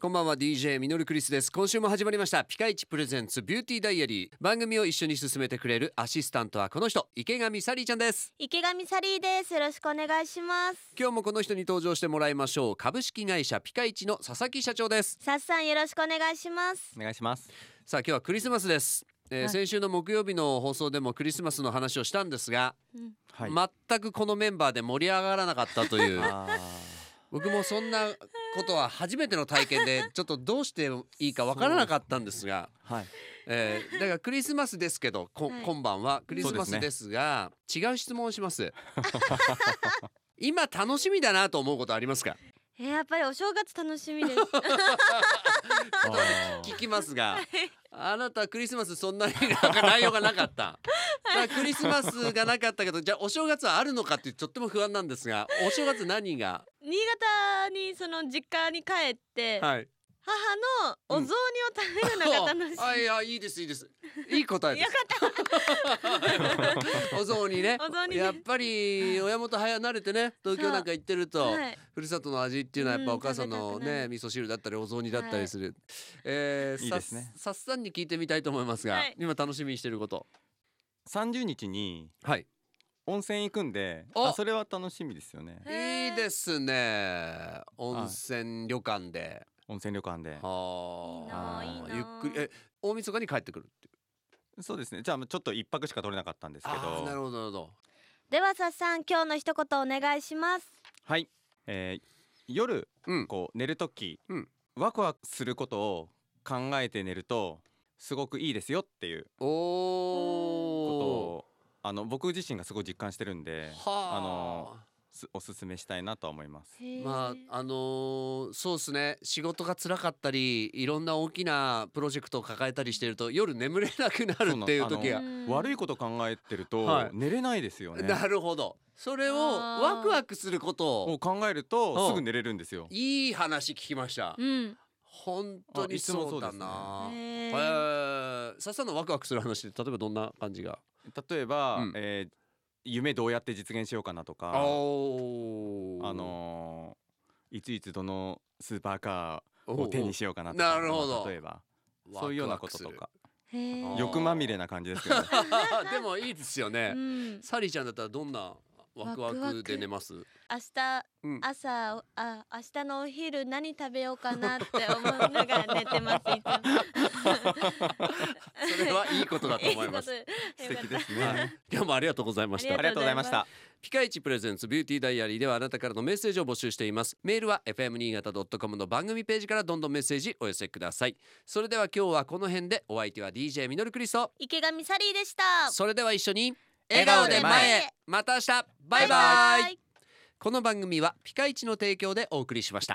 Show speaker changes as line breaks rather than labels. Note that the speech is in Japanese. こんばんは DJ ミノルクリスです今週も始まりましたピカイチプレゼンツビューティーダイアリー番組を一緒に進めてくれるアシスタントはこの人池上サリーちゃんです
池上サリーですよろしくお願いします
今日もこの人に登場してもらいましょう株式会社ピカイチの佐々木社長です
さっさんよろしくお願いします
お願いします
さあ今日はクリスマスです、えー
はい
先週の木曜日の放送でもクリスマスの話をしたんですが、
は
全くこのメンバーで盛り上がらなかったという
あ
僕もそんなことは初めての体験でちょっとどうしていいかわからなかったんですが
ーはい
えー、だからクリスマスですけど、こ、
はい
今晩はクリスマスですが、違う質問をし ます。今楽しみだなと思うことありますか。
えーやっぱりお正月楽しみ です
あ
聞きます が、あなたクリスマスそんなになんか内容がなかった。だからクリスマスがなかったけど、じゃあお正月はあるのかってとっても不安なんですが、お正月何が。
新潟にその実家に帰っ て、
はい。
母のお雑煮を食べるのが 楽しい、
あいやいいですいいです。いい答えです。 お雑煮ね。
お雑煮ね
やっぱり親元早慣れてね、東京なんか行ってると。
はい、
ふるさとの味っていうのはやっぱ
うん
お母さんの
食べたくな
ね
る
味噌汁だったりお雑煮だったりする、えー
いいですね
ささっさんに聞いてみたいと思いますが、
はい
今楽しみにしてること
30日に
はい
温泉行くんで
お
あそれは楽しみですよね
へー
いいですね温泉旅館で、
温泉旅館で
はあ
いいなあ
ゆ
いい
っ
なあ
くりえ大晦日に帰ってくるっていう
そうですねじゃあちょっと一泊しか取れなかったんですけ
あーなる
ど
ほどなるほど
ではさっさん今日の一言お願いします
はい、えー、夜
うん
こう寝る時、
うん
ワクワクすることを考えて寝るとすごくいいですよっていう
お
こと
お
をあの僕自身がすごい実感してるんで
はあ
あのすおすすめしたいなとは思います
まああのーそうですね仕事が辛かったりいろんな大きなプロジェクトを抱えたりしてると夜眠れなくなるっていう
そうなん
時
あ
が
の悪いこと考えてると、
はい
寝れないですよね
なるほどそれを
あー
ワクワクすること
を
を
考える
うん
とすぐ寝れるんですよ。
いい話聞きました
うん
本当に
あいつも
そ
そううで
だ
すね
な
へ
え
ー
ーさっさんのワクワクする話って例えばどんな感じが
例えば、
うん
えー夢どうやって実現しようかなとか、
おー
あのーいついつどのスーパーカー
お
を
う
手にしようかなとか、
なるほど
まあ例えばそういうようなこととか、
へー
あよ
欲まみれな感じですけど、ね、
ワクワクする でもいいですよ
う
ね
ん、
サリーちゃんだったらどんなワクワ
ワク
ク
ワ
で
ク
寝ます
明日
うん
朝あ明日のお昼何食べようかなって思いながら寝てますいつも
それはいいことだと思います
いいこと
素
よか
敵
っ
で
た
す
は
ね。
い今日 もありがとうございました
ありがとうございました。
ピカイチプレゼンツビューティーダイアリーではあなたからのメッセージを募集していますメールは fm 新潟 .com の番組ページからどんどんメッセージお寄せくださいそれでは今日はこの辺でお相手は DJ ミノルクリスト
池上サリーでした
それでは一緒に
笑顔で前
へ
また明日バイバイこの番組はピカイチの提供でお送りしました